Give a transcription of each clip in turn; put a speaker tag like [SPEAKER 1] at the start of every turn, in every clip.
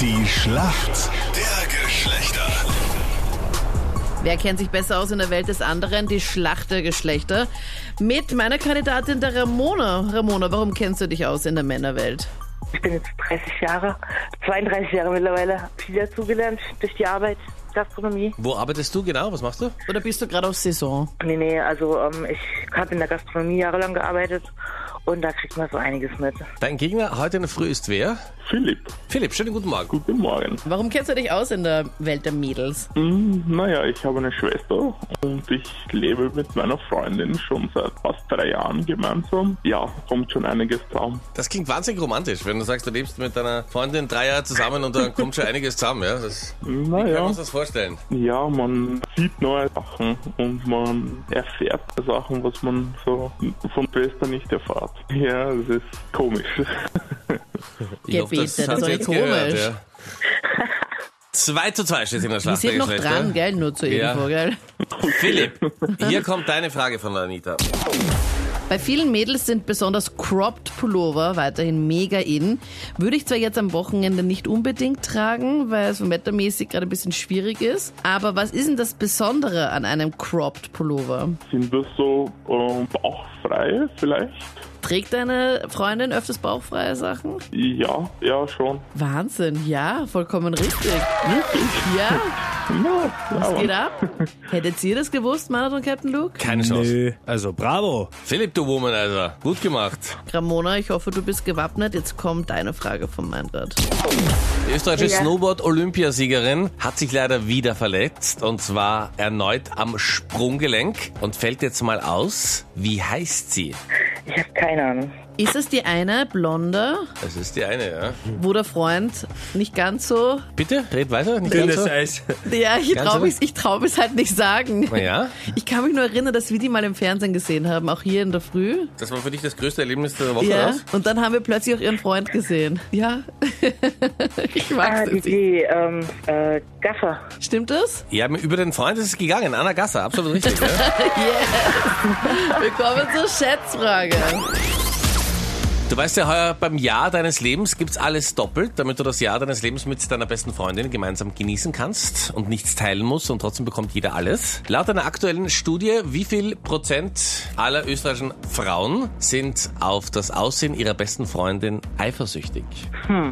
[SPEAKER 1] Die Schlacht der Geschlechter.
[SPEAKER 2] Wer kennt sich besser aus in der Welt des anderen? Die Schlacht der Geschlechter. Mit meiner Kandidatin, der Ramona. Ramona, warum kennst du dich aus in der Männerwelt?
[SPEAKER 3] Ich bin jetzt 30 Jahre, 32 Jahre mittlerweile, hab viel dazugelernt durch die Arbeit, Gastronomie.
[SPEAKER 4] Wo arbeitest du genau? Was machst du?
[SPEAKER 2] Oder bist du gerade auf Saison?
[SPEAKER 3] Nee, nee, also ähm, ich habe in der Gastronomie jahrelang gearbeitet und da kriegt man so einiges mit.
[SPEAKER 4] Dein Gegner heute in der Früh ist wer?
[SPEAKER 5] Philipp,
[SPEAKER 4] Philipp, schönen guten Morgen.
[SPEAKER 5] guten Morgen.
[SPEAKER 2] Warum kennst du dich aus in der Welt der Mädels?
[SPEAKER 5] Hm, naja, ich habe eine Schwester und ich lebe mit meiner Freundin schon seit fast drei Jahren gemeinsam. Ja, kommt schon einiges zusammen.
[SPEAKER 4] Das klingt wahnsinnig romantisch, wenn du sagst, du lebst mit deiner Freundin drei Jahre zusammen und dann kommt schon einiges zusammen. Ja? Das, wie können wir
[SPEAKER 5] Hm, Naja,
[SPEAKER 2] also-
[SPEAKER 4] uns das vorstellen?
[SPEAKER 5] ja, man sieht neue Sachen und man erfährt Sachen, was man so von Schwester nicht erfährt. Ja, es ist komisch.
[SPEAKER 4] Ich hoffe,
[SPEAKER 2] Gebete,
[SPEAKER 4] das
[SPEAKER 2] das
[SPEAKER 4] hat
[SPEAKER 2] war
[SPEAKER 4] sie
[SPEAKER 2] jetzt
[SPEAKER 4] jetzt gehört.
[SPEAKER 2] komisch.
[SPEAKER 4] Ja. 2 zu 2 steht in der
[SPEAKER 2] Die
[SPEAKER 4] Schlacht
[SPEAKER 2] sind
[SPEAKER 4] der
[SPEAKER 2] noch
[SPEAKER 4] Geschlechter.
[SPEAKER 2] dran, gell? Nur zur
[SPEAKER 4] Ja.
[SPEAKER 2] Info, gell?
[SPEAKER 4] Philipp, hier kommt deine Frage von Anita.
[SPEAKER 2] Bei vielen Mädels sind besonders cropped Pullover weiterhin mega in. Würde ich zwar jetzt am Wochenende nicht unbedingt tragen, weil es wettermäßig gerade ein bisschen schwierig ist, aber was ist denn das Besondere an einem cropped Pullover?
[SPEAKER 5] Sind das so ähm, bauchfrei vielleicht?
[SPEAKER 2] Trägt deine Freundin öfters bauchfreie Sachen?
[SPEAKER 5] Ja, ja, schon.
[SPEAKER 2] Wahnsinn, ja, vollkommen richtig. Ja,
[SPEAKER 5] Ja, aber-
[SPEAKER 2] geht ab. Hättet ihr das gewusst, Manat und Captain Luke?
[SPEAKER 4] Keine Chance.
[SPEAKER 6] Nö, also bravo.
[SPEAKER 4] Philipp, du Womanizer. Gut gemacht.
[SPEAKER 2] Ramona, ich hoffe, du bist gewappnet. Jetzt kommt deine Frage von Manfred.
[SPEAKER 4] Die österreichische
[SPEAKER 3] Ja.
[SPEAKER 4] Snowboard-Olympiasiegerin hat sich leider wieder verletzt und zwar erneut am Sprunggelenk und fällt jetzt mal aus. Wie heißt sie?
[SPEAKER 3] Ich habe keine Ahnung.
[SPEAKER 2] Ist es die eine, blonde,
[SPEAKER 4] Das ist die eine, ja.
[SPEAKER 2] wo der Freund nicht ganz so...
[SPEAKER 4] Bitte, red weiter. Nicht ganz
[SPEAKER 6] Dünnes
[SPEAKER 4] so.
[SPEAKER 6] Eis.
[SPEAKER 2] Ja, ich
[SPEAKER 4] Ganz
[SPEAKER 2] traue
[SPEAKER 4] aber-
[SPEAKER 2] es ich trau es halt nicht sagen.
[SPEAKER 4] Naja,
[SPEAKER 2] Ich kann mich nur erinnern, dass wir die mal im Fernsehen gesehen haben, auch hier in der Früh.
[SPEAKER 4] das war für dich das größte Erlebnis der Woche,
[SPEAKER 2] Ja.
[SPEAKER 4] oder? was?
[SPEAKER 2] Und dann haben wir plötzlich auch ihren Freund gesehen. Ja. ich
[SPEAKER 3] Ah,
[SPEAKER 2] mag
[SPEAKER 3] die,
[SPEAKER 2] es.
[SPEAKER 3] die ähm, äh, Gaffer.
[SPEAKER 2] Stimmt das?
[SPEAKER 4] Ja, über den Freund ist es gegangen. Anna Gasser, absolut richtig. ja.
[SPEAKER 2] Willkommen zur Schätzfrage.
[SPEAKER 4] Du weißt ja, heuer beim Jahr deines Lebens gibt's alles doppelt, damit du das Jahr deines Lebens mit deiner besten Freundin gemeinsam genießen kannst und nichts teilen musst und trotzdem bekommt jeder alles. Laut einer aktuellen Studie, wie viel Prozent aller österreichischen Frauen sind auf das Aussehen ihrer besten Freundin eifersüchtig?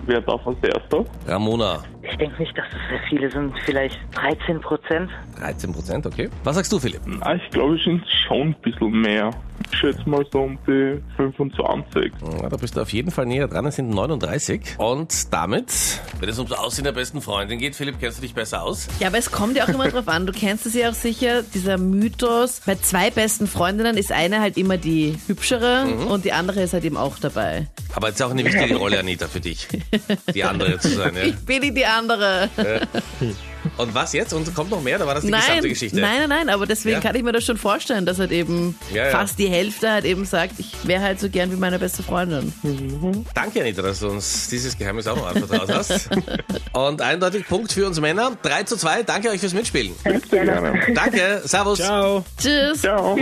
[SPEAKER 5] Wer darf als erster?
[SPEAKER 4] Ramona,
[SPEAKER 3] Ich denke nicht, dass das sehr viele sind, vielleicht 13 Prozent.
[SPEAKER 4] 13 Prozent, okay. Was sagst du, Philipp?
[SPEAKER 5] Ah, ich glaube, es sind schon ein bisschen mehr. Ich schätze mal so um die 25.
[SPEAKER 4] Ja, da bist du auf jeden Fall näher dran, es sind 39. Und damit, wenn es ums Aussehen der besten Freundin geht, Philipp, kennst du dich besser aus?
[SPEAKER 2] Ja, aber es kommt ja auch immer drauf an. Du kennst es ja auch sicher, dieser Mythos. Bei zwei besten Freundinnen ist eine halt immer die hübschere und die andere ist halt eben auch dabei.
[SPEAKER 4] Aber jetzt auch eine wichtige Rolle, Anita, für dich, die andere zu sein. Ja.
[SPEAKER 2] Ich bin nicht die andere.
[SPEAKER 4] Und was jetzt? Und kommt noch mehr? Da war das die
[SPEAKER 2] nein,
[SPEAKER 4] gesamte
[SPEAKER 2] nein,
[SPEAKER 4] Geschichte.
[SPEAKER 2] nein, nein, aber deswegen
[SPEAKER 4] Ja.
[SPEAKER 2] kann ich mir das schon vorstellen, dass halt eben
[SPEAKER 4] Ja, ja.
[SPEAKER 2] fast die Hälfte halt eben sagt, ich wäre halt so gern wie meine beste Freundin.
[SPEAKER 4] Danke, Anita, dass du uns dieses Geheimnis auch noch anvertraut hast. Und eindeutig Punkt für uns Männer. 3 zu 2. Danke euch fürs Mitspielen.
[SPEAKER 5] Bitte gerne.
[SPEAKER 4] Danke. Servus.
[SPEAKER 6] Ciao.
[SPEAKER 2] Tschüss.
[SPEAKER 5] Ciao.